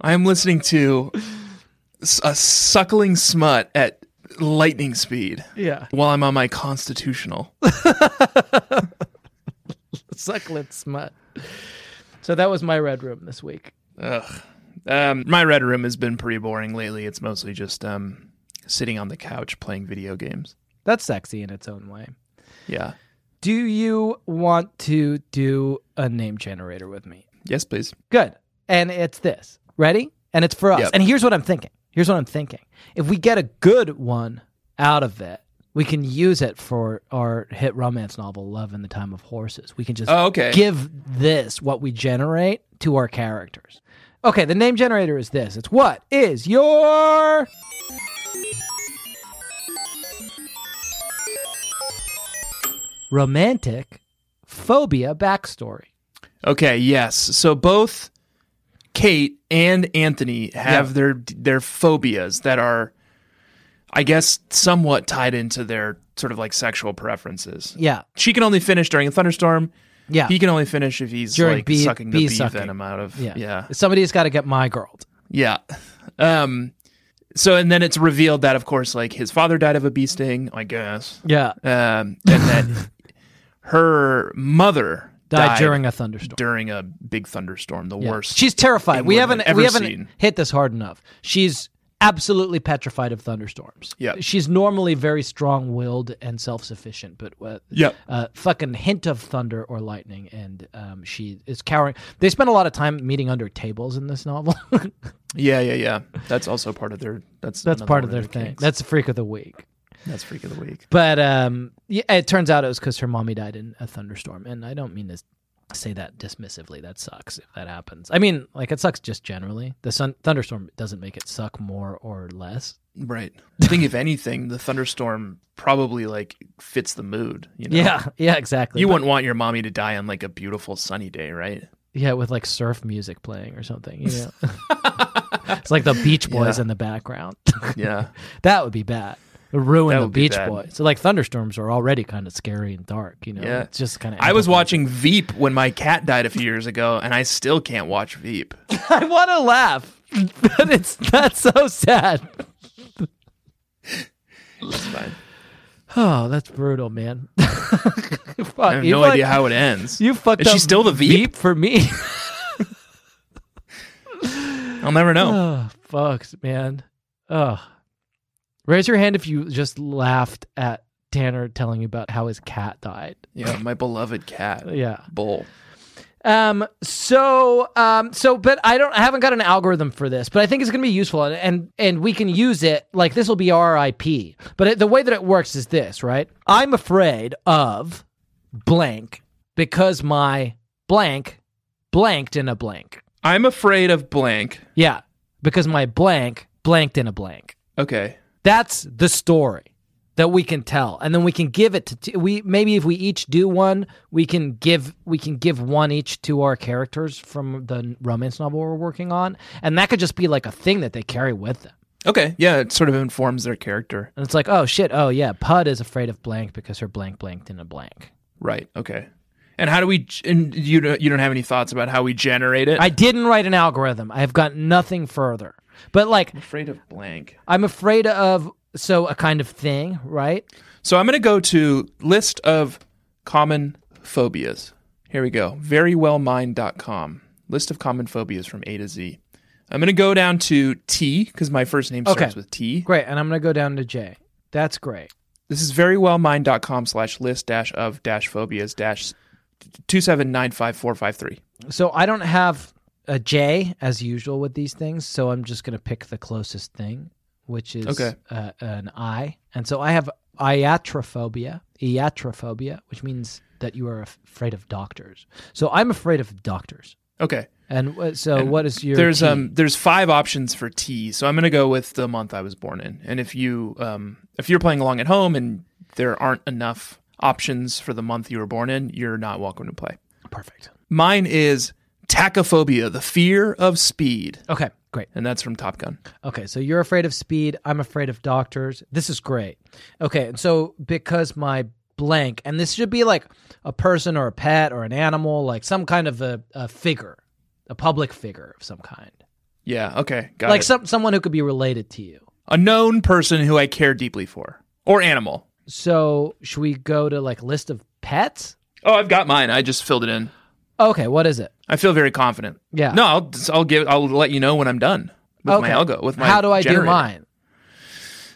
I am listening to s- a suckling smut at lightning speed Yeah, while I'm on my constitutional. suckling smut. So that was my red room this week. Um, my red room has been pretty boring lately. It's mostly just um, sitting on the couch playing video games. That's sexy in its own way. Yeah. Do you want to do a name generator with me? Yes, please. Good. And it's this. Ready? And it's for us. Yep. And here's what I'm thinking. Here's what I'm thinking. If we get a good one out of it, we can use it for our hit romance novel, Love in the Time of Horses. We can just Oh, okay. give this, what we generate, to our characters. Okay, the name generator is this. It's what is your. Romantic phobia backstory. Okay, yes. So both Kate and Anthony have Yeah. their their phobias that are I guess somewhat tied into their sort of like sexual preferences. Yeah. She can only finish during a thunderstorm. Yeah. He can only finish if he's During like bee- sucking bee the bee sucking. venom out of. Yeah. Yeah. Somebody's got to get my girl. Yeah. Um so and then it's revealed that of course like his father died of a bee sting, I guess. Yeah. Um and that her mother Died, during a thunderstorm. during a big thunderstorm, the Yeah. worst. She's terrified. thing We we've haven't ever we haven't seen. hit this hard enough. She's absolutely petrified of thunderstorms. Yeah. She's normally very strong-willed and self-sufficient, but uh, Yeah. uh, fucking hint of thunder or lightning, and um, she is cowering. They spend a lot of time meeting under tables in this novel. Yeah, yeah, yeah. That's also part of their. That's That's another part one of their thing. kinks. That's a freak of the week. that's freak of the week. But um, yeah, it turns out it was because her mommy died in a thunderstorm, and I don't mean to say that dismissively. That sucks if that happens. I mean, like it sucks just generally. The sun thunderstorm doesn't make it suck more or less. Right. I think if anything, the thunderstorm probably like fits the mood. You know? Yeah, yeah, exactly. You But- wouldn't want your mommy to die on like a beautiful sunny day, right? yeah, with like surf music playing or something. You know, it's like the Beach Boys Yeah. in the background. Yeah. that would be bad. It would ruin That the would be Beach bad. Boys. So like thunderstorms are already kind of scary and dark. You know, Yeah. it's just kind of. I was watching Veep when my cat died a few years ago, and I still can't watch Veep. I want to laugh, but it's not so sad. It's fine. Oh, that's brutal, man. Fuck, I have you no fuck- idea how it ends. you fucked Is up. she still the Veep? for me? I'll never know. Oh, fucks, man. Oh, raise your hand if you just laughed at Tanner telling you about how his cat died. yeah, my beloved cat, Yeah. Bull. Um. So. Um. So. But I don't. I haven't got an algorithm for this. But I think it's going to be useful, and, and and we can use it. Like this will be our IP. But it, the way that it works is this, right? I'm afraid of blank because my blank blanked in a blank. I'm afraid of blank. Yeah. Because my blank blanked in a blank. Okay. That's the story that we can tell, and then we can give it to t- we. Maybe if we each do one, we can give we can give one each to our characters from the n- romance novel we're working on, and that could just be like a thing that they carry with them. Okay. Yeah, it sort of informs their character. And it's like, oh shit, oh yeah, Pud is afraid of blank because her blank blanked in a blank. Right. Okay. And how do we? And you don't you don't have any thoughts about how we generate it? I didn't write an algorithm. I've got nothing further. But like, I'm afraid of blank. I'm afraid of so a kind of thing, right? So I'm going to go to list of common phobias. Here we go. Verywellmind.com. List of common phobias from A to Z. I'm going to go down to T because my first name Okay. starts with T. Great, and I'm gonna go down to J. That's great. This is verywellmind.com slash list dash of dash phobias dash two seven nine five four five three. So I don't have a J as usual with these things, so I'm just going to pick the closest thing, which is Okay. uh, an I. And so I have iatrophobia, iatrophobia, which means that you are af- afraid of doctors. So I'm afraid of doctors. Okay. And wh- so, what is your? there's tea? um there's five options for tea, so I'm gonna go with the month I was born in. And if you um if you're playing along at home and there aren't enough options for the month you were born in, you're not welcome to play. perfect. Mine is tachophobia, the fear of speed, Okay, great. and that's from Top Gun. Okay, so you're afraid of speed. I'm afraid of doctors. This is great. Okay, and so because my blank, and this should be like a person or a pet or an animal, like some kind of a, a figure, a public figure of some kind, Yeah. Okay. Got like it. some someone who could be related to you. a known person who I care deeply for, or animal. So should we go to like list of pets? Oh, I've got mine. I just filled it in. Okay, what is it? I feel very confident. Yeah. No, I'll I'll give I'll let you know when I'm done with okay. my algo with my. How do I generator. do mine?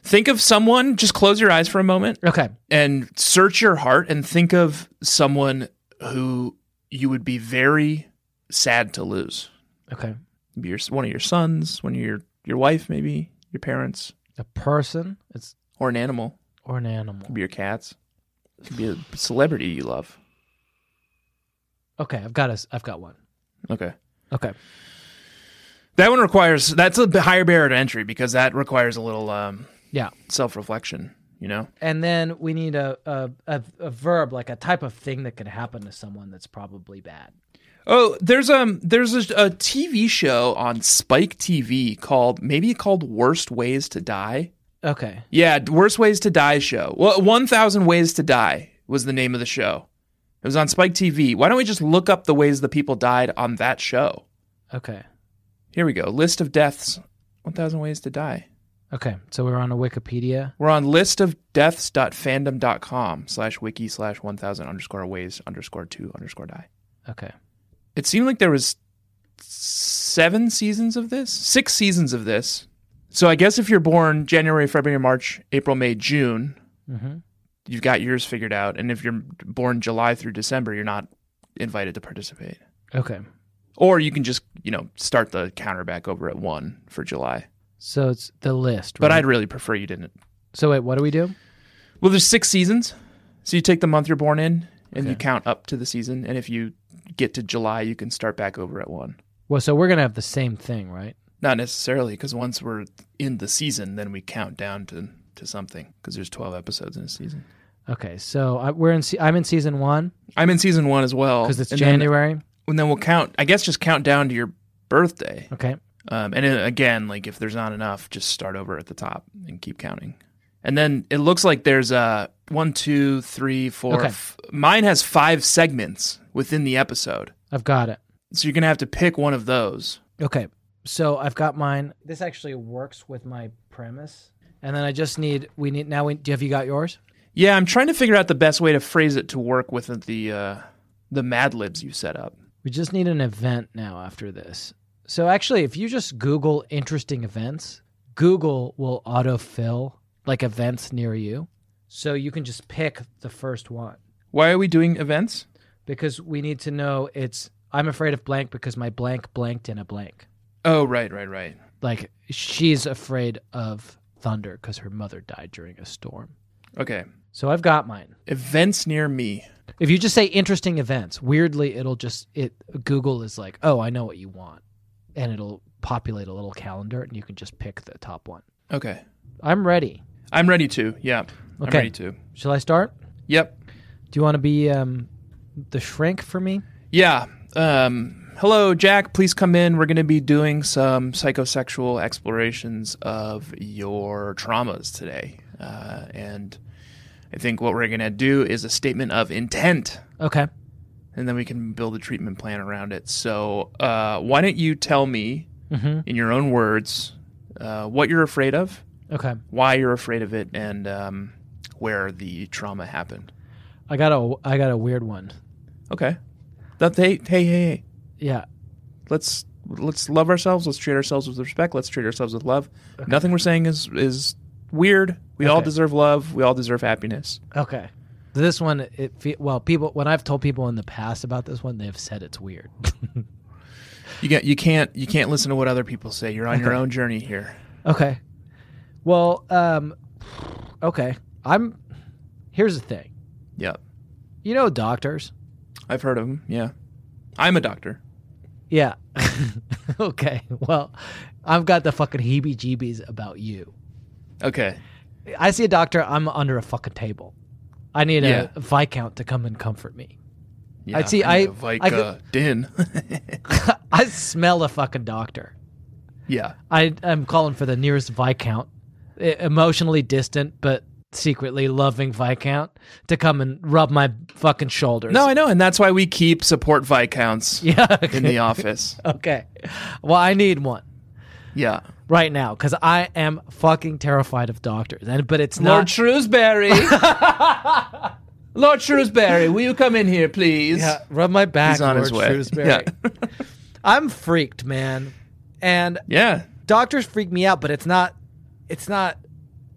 Think of someone. Just close your eyes for a moment Okay, and search your heart and think of someone who you would be very sad to lose. okay. Be your one of your sons, one of your your wife, maybe your parents, A person, it's or an animal. or an animal. Could be your cats. Could be a celebrity you love. Okay, I've got a, s- I've got one. Okay. Okay, That one requires that's a b- higher barrier to entry because that requires a little um, yeah. self reflection. You know, and then we need a, a, a, a verb like a type of thing that could happen to someone that's probably bad Oh, there's um there's a, a TV show on Spike TV called maybe called Worst Ways to Die. okay Yeah, Worst Ways to Die show. Well, 1000 Ways to Die was the name of the show. It was on Spike TV. Why don't we just look up the ways the people died on that show? okay Here we go. List of deaths 1000 Ways to Die. okay so we're on a wikipedia We're on listofdeaths.fandom.com slash wiki slash 1000 underscore ways underscore two underscore die. okay It seemed like there was seven seasons of this, six seasons of this. So I guess if you're born January, February, March, April, May, June, mm-hmm. you've got yours figured out. And if you're born July through December, you're not invited to participate. okay Or you can just, you know, start the counter back over at one for July. so it's the list But right? I'd really prefer you didn't. so wait what do we do Well, there's six seasons. So you take the month you're born in and you Okay. count up to the season. And if you get to July, you can start back over at one. well so we're gonna have the same thing right Not necessarily, because once we're in the season, then we count down to, to something, because there's 12 episodes in a season. okay so I, we're in se- i'm in season one I'm in season one as well. because it's Oh, and then- january and then we'll count, I guess, just count down to your birthday. okay Um, and then again, like if there's not enough, just start over at the top and keep counting. And then it looks like there's uh, one, two, three, four. Okay. f- mine has five segments within the episode. i've got it So you're going to have to pick one of those. Okay. So I've got mine. This actually works with my premise. And then I just need we need now we do have you got yours? Yeah, I'm trying to figure out the best way to phrase it to work with the uh, the Mad Libs you set up. We just need an event now after this. So actually if you just Google interesting events, Google will autofill like events near you. So you can just pick the first one. Why are we doing events? Because we need to know it's I'm afraid of blank because my blank blanked in a blank. Oh, right, right, right. Like she's afraid of thunder because her mother died during a storm. Okay. So I've got mine. Events near me. If you just say interesting events, weirdly it'll just it Google is like, "Oh, I know what you want." And it'll populate a little calendar and you can just pick the top one. Okay. I'm ready. I'm ready to. Yeah. I'm Okay. ready to. Shall I start? Yep. Do you want to be um the shrink for me? Yeah. Um, hello, Jack. Please come in. We're going to be doing some psychosexual explorations of your traumas today. Uh, and I think what we're going to do is a statement of intent. Okay. and then we can build a treatment plan around it. So, uh, why don't you tell me Mhm. in your own words uh, what you're afraid of, Okay. why you're afraid of it, and um, where the trauma happened? I got a I got a weird one. Okay. That hey hey hey, hey. Yeah. let's let's love ourselves. Let's treat ourselves with respect. Let's treat ourselves with love. Nothing we're saying is is weird. We all Okay. deserve love. We all deserve happiness. Okay. This one it fe- well, people when I've told people in the past about this one, they've said it's weird. You get you can't you can't listen to what other people say. You're on your own journey here. Okay. Well, um okay. I'm here's the thing. Yep. You know doctors? I've heard of them. Yeah. I'm a doctor. Yeah. okay. Well, I've got the fucking heebie jeebies about you. Okay. I see a doctor, I'm under a fucking table. I need Yeah. a Viscount to come and comfort me. Yeah, I'd see- I need I- a Vika I go- uh, din. I smell a fucking doctor. yeah. I am calling for the nearest Viscount, e- emotionally distant, but secretly loving Viscount, to come and rub my fucking shoulders. No, I know, and that's why we keep support viscounts Yeah. in the office. okay. Well, I need one Yeah. right now because I am fucking terrified of doctors. And but it's not. Shrewsbury. Lord Shrewsbury, will you come in here, please? Yeah, rub my back. He's on Lord his way. Shrewsbury. Yeah. I'm freaked, man. And yeah. doctors freak me out, but it's not. It's not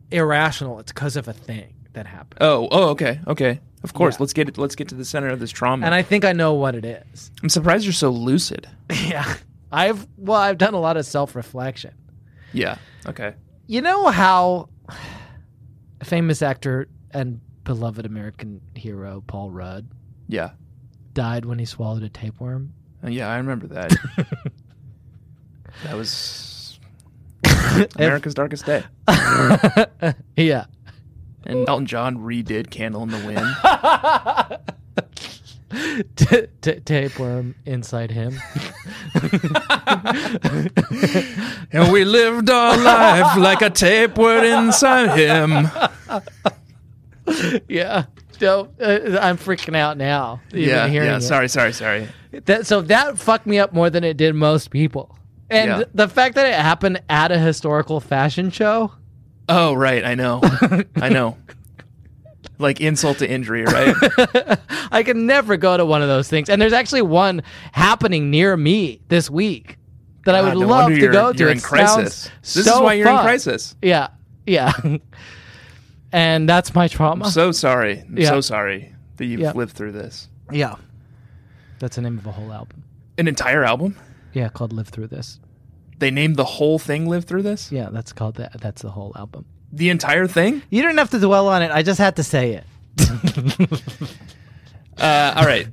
irrational. It's because of a thing that happened. Oh, oh, okay, okay. Of course. Yeah. Let's get it. Let's get to the center of this trauma. and I think I know what it is. I'm surprised you're so lucid. Yeah. I've well, I've done a lot of self-reflection. Yeah. Okay. You know how famous actor and beloved American hero Paul Rudd Yeah. died when he swallowed a tapeworm? Uh, Yeah, I remember that. that was America's Darkest Day. Yeah. And Elton John redid Candle in the Wind. T- t- tapeworm inside him. and we lived our life like a tapeworm inside him. yeah. Don't, uh, I'm freaking out now. Even yeah. hearing Yeah. it. Sorry, sorry, sorry. That, so that fucked me up more than it did most people. And Yeah. the fact that it happened at a historical fashion show. Oh, right. I know. I know. Like insult to injury, right? I can never go to one of those things. And there's actually one happening near me this week that I God, would no love wonder to you're- go to. You're It in crisis. sounds This is so why you're in fun. crisis. Yeah. Yeah. and that's my trauma. I'm so sorry. I'm Yeah. so sorry that you've Yeah. lived through this. yeah. That's the name of a whole album. An entire album? Yeah, called Live Through This. They named the whole thing Live Through This? Yeah, that's called that. That's the whole album. The entire thing? You didn't have to dwell on it. I just had to say it. Uh, all right.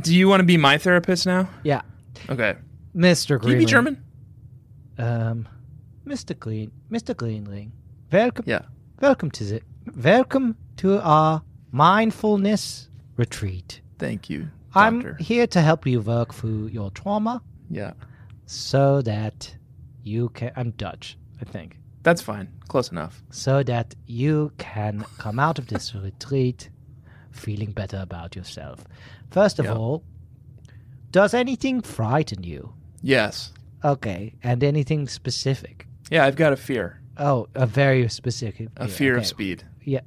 Do you want to be my therapist now? Yeah. Okay. Mr. Can you Greenling. be German? Um, Mr. Green, Mr. Greenling, welcome, Yeah. welcome to the, welcome to our mindfulness retreat. Thank you. I'm doctor. here to help you work through your trauma Yeah. so that you can. I'm Dutch, I think. That's fine. Close enough. So that you can come out of this retreat feeling better about yourself. First of Yeah. all, does anything frighten you? Yes. Okay, and anything specific? Yeah, I've got a fear. Oh, a very specific. A fear of okay. speed. Yeah.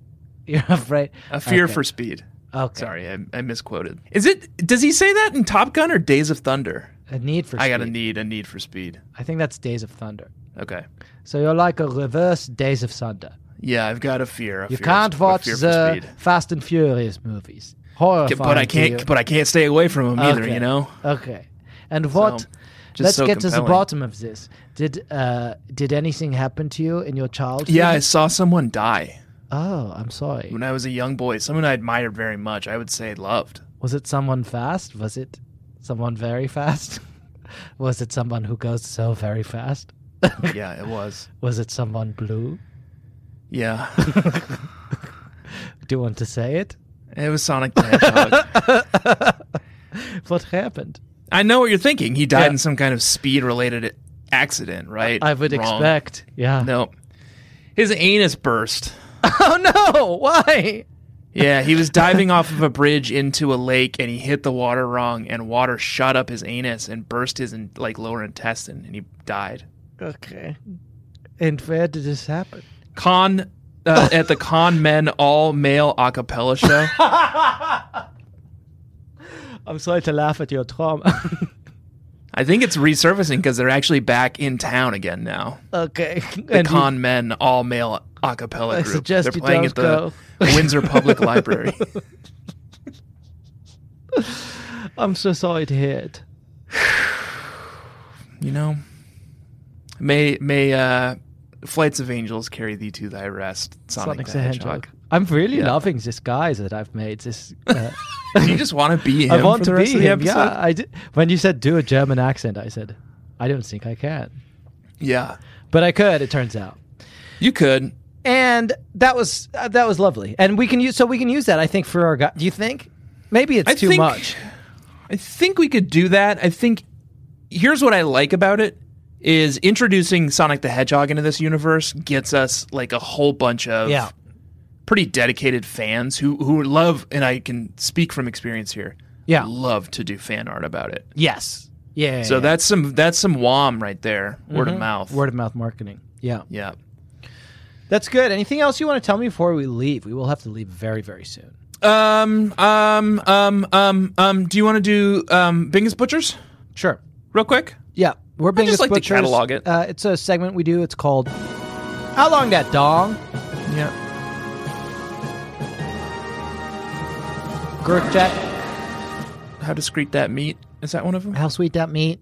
You're afraid. A fear Okay. for speed. Okay. Sorry, I, I misquoted. Is it? Does he say that in Top Gun or Days of Thunder? A need for I got a speed. need. A need for speed. I think that's Days of Thunder. Okay. So you're like a reverse Days of Thunder. Yeah, I've got a fear. A You fear can't of, watch a fear the for speed. Fast and Furious movies. Horrifying. But I to can't. you. But I can't stay away from him either. Okay. You know. Okay. And what? So, just Let's so get to the compelling. bottom of this. Did uh, did anything happen to you in your childhood? Yeah, I saw someone die Oh, I'm sorry. when I was a young boy. Someone I admired very much. I would say loved. Was it someone fast? Was it someone very fast? Was it someone who goes so very fast? Yeah, it was. Was it someone blue? Yeah, Do you want to say it? it was Sonic the Hedgehog. What happened? I know what you're thinking. He died Yeah. in some kind of speed-related accident, right? I would Wrong. expect. Yeah. No, his anus burst. Oh no! Why? Yeah, he was diving off of a bridge into a lake and he hit the water wrong and water shot up his anus and burst his in, like lower intestine and he died. Okay. And where did this happen? Con uh, at the Con Men all male a cappella show. I'm sorry to laugh at your trauma. I think it's resurfacing because they're actually back in town again now. okay. The and you- Con Men all male a cappella I group. suggest they're you playing don't at the Windsor Public Library. I'm so sorry to hear it. You know, may may uh, flights of angels carry thee to thy rest, Sonic, the Hedgehog. I'm really Yeah. loving this guy that I've made. This uh, Do you just want to be him I want for to the be rest of the him. episode? Yeah, I did. When you said do a German accent, I said, I don't think I can, Yeah. but I could. It turns out, You could. and that was uh, that was lovely. And we can use so we can use that. I think for our guy. Do you think? Maybe it's I too think- much. I think we could do that. I think here's what I like about it is introducing Sonic the Hedgehog into this universe gets us like a whole bunch of Yeah. pretty dedicated fans who who love and I can speak from experience here. Yeah. Love to do fan art about it. Yes. Yeah. yeah, So yeah. that's some that's some wom right there. Word of mouth. word of mouth marketing. Yeah. yeah. That's good. Anything else you want to tell me before we leave? We will have to leave very, very soon. Um um um um um do you want to do um Bingus Butchers Sure. real quick? Yeah, we're being just like to catalog it. Uh, it's a segment we do. It's called "How Long That Dong." Yeah. Gurk chat. How discreet that meat. Is that one of them? How sweet that meat.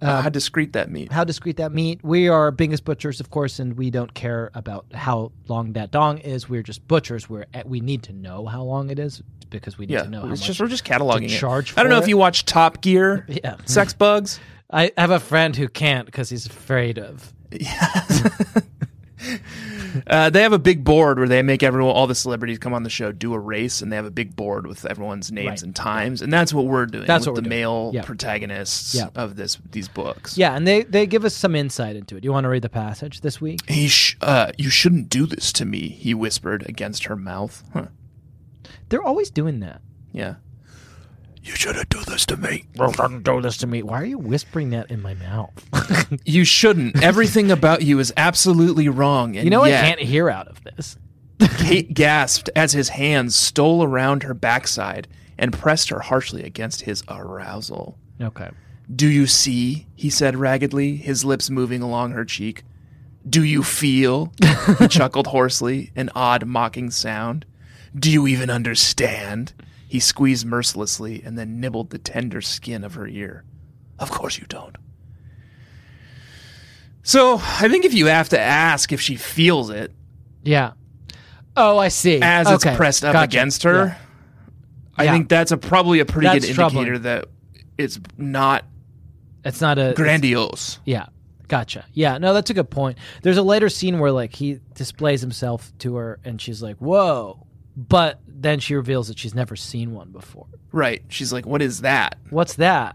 Uh, how discreet that meat. How discreet that meat. We are Bingus butchers, of course, and we don't care about how long that dong is. We're just butchers. We're at, we need to know how long it is because we need Yeah, to know how it's much. just we're just cataloging to it. charge I don't know for if it. you watch Top Gear, Yeah. Sex Bugs. I have a friend who can't because he's afraid of. Uh, they have a big board where they make everyone, all the celebrities come on the show, do a race, and they have a big board with everyone's names Right. and times, and that's what we're doing. That's with what we're the doing. male Yeah. protagonists Yeah. of this these books. Yeah, and they they give us some insight into it. You want to read the passage this week? He sh- uh, you shouldn't do this to me, he whispered against her mouth. Huh. They're always doing that. Yeah. You shouldn't do this to me. Do this to me. Why are you whispering that in my mouth? You shouldn't. Everything about you is absolutely wrong. And You know, yet, I can't hear out of this. Kate gasped as his hands stole around her backside and pressed her harshly against his arousal. Okay. Do you see? he said raggedly, his lips moving along her cheek. Do you feel? he chuckled hoarsely, an odd mocking sound. Do you even understand? He squeezed mercilessly and then nibbled the tender skin of her ear. Of course you don't. So, I think if you have to ask if she feels it, Yeah. Oh, I see. as Okay. it's pressed up Gotcha. against her, Yeah. I Yeah. think that's a probably a pretty That's good troubling. indicator that it's not It's not a it's- grandiose. Yeah. Gotcha. Yeah. No, that's a good point. There's a later scene where like he displays himself to her, and she's like, "Whoa!" But then she reveals that she's never seen one before. Right. She's like, what is that? What's that?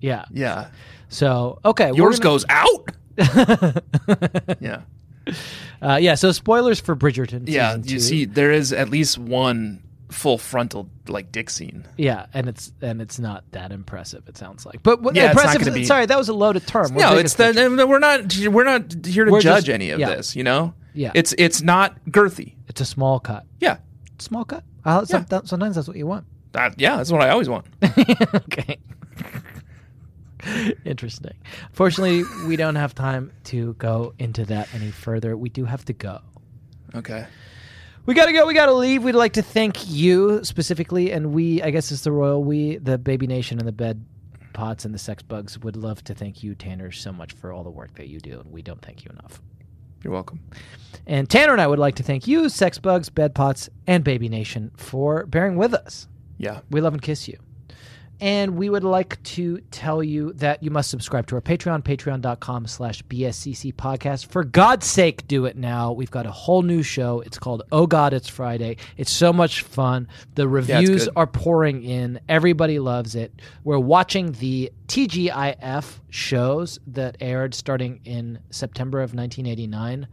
Yeah. Yeah. So okay, we're Yours gonna- goes out? yeah. Uh, yeah. So spoilers for Bridgerton. Yeah. season You two. see, there is at least one full frontal, like, dick scene. Yeah, and it's and it's not that impressive. It sounds like, but what, Yeah, it's not impressive. gonna be- Sorry, that was a loaded term. We're no, big it's at that we're not we're not here to We're judge just- any of yeah. this, you know? Yeah. It's it's not girthy. It's a small cut. Yeah. Small cut. Uh, Yeah. some- that- Sometimes that's what you want. That- yeah, that's what I always want. okay. Interesting. Fortunately, we don't have time to go into that any further. We do have to go. Okay. We gotta go. We gotta leave. We'd like to thank you specifically, and we, I guess it's the royal we, the baby nation, and the bed pots and the sex bugs would love to thank you, Tanner, so much for all the work that you do, and we don't thank you enough. You're welcome. And Tanner and I would like to thank you, sex bugs, bed pots, and baby nation for bearing with us. Yeah. We love and kiss you. And we would like to tell you that you must subscribe to our Patreon, patreon.com slash BSCC podcast. For God's sake, do it now. We've got a whole new show. It's called Oh God, It's Friday. It's so much fun. The it's reviews good. are pouring in. Everybody loves it. We're watching the TGIF shows that aired starting in September of 1989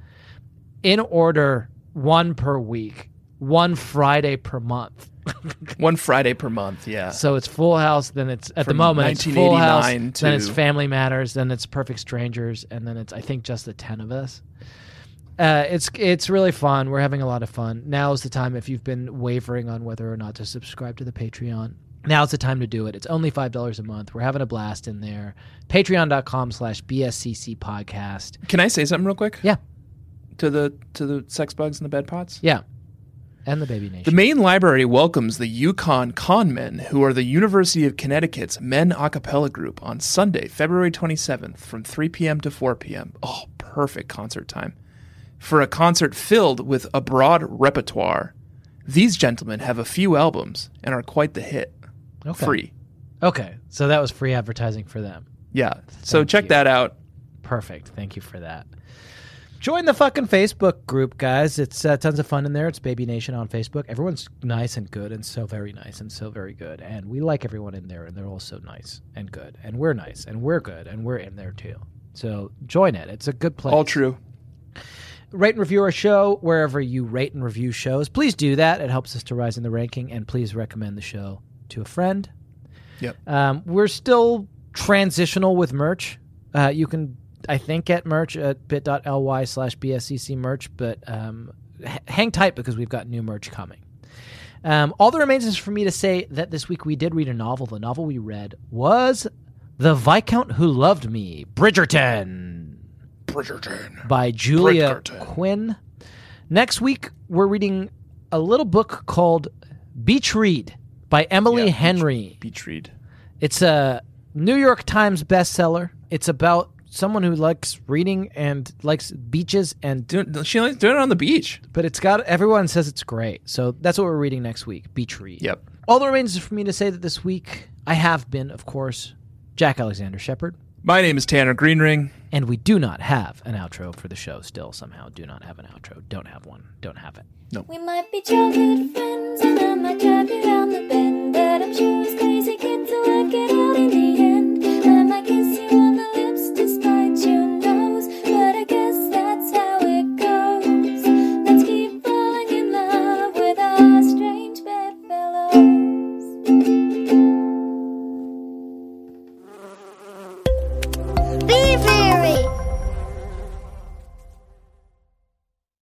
in order, one per week, one Friday per month. One Friday per month, yeah. So it's Full House, then it's at the From moment it's Full House, 1989 then it's to- Family Matters, then it's Perfect Strangers, and then it's I think just the ten of us. Uh, it's it's really fun. We're having a lot of fun. Now is the time if you've been wavering on whether or not to subscribe to the Patreon. Now's the time to do it. It's only five dollars a month. We're having a blast in there. Patreon.com slash BSCC podcast. Can I say something real quick? Yeah. To the to the sex bugs and the bed pots? Yeah. And the Baby Nation. The main library welcomes the Yukon Conmen, who are the University of Connecticut's men a cappella group, on Sunday, February 27th from 3 p.m. to 4 p.m. Oh, perfect concert time. For a concert filled with a broad repertoire, these gentlemen have a few albums and are quite the hit. Okay. free. Okay. So that was free advertising for them. Yeah. So Thank check you. that out. Perfect. Thank you for that. Join the fucking Facebook group, guys. It's uh, tons of fun in there. It's Baby Nation on Facebook. Everyone's nice and good and so very nice and so very good. And we like everyone in there and they're all so nice and good. And we're nice and we're good and we're in there too. So join it. It's a good place. All true. Rate and review our show wherever you rate and review shows. Please do that. It helps us to rise in the ranking. And please recommend the show to a friend. Yep. Um, we're still transitional with merch. Uh, you can, I think, get merch at bit.ly slash BSCC merch, but um, h- hang tight because we've got new merch coming. Um, all that remains is for me to say that this week we did read a novel. The novel we read was The Viscount Who Loved Me, Bridgerton Bridgerton. by Julia Bridgerton. Quinn. Next week, we're reading a little book called Beach Read by Emily Yeah, Beach- Henry. Beach read. It's a New York Times bestseller. It's about someone who likes reading and likes beaches and Doing, she likes doing it on the beach. but it's got everyone says it's great. So that's what we're reading next week, Beach Read. Yep. All that remains is for me to say that this week I have been, of course, Jack Alexander Shepard. My name is Tanner Greenring. And we do not have an outro for the show still somehow. Do not have an outro. Don't have one. Don't have it. We might be childhood friends, and I might drive you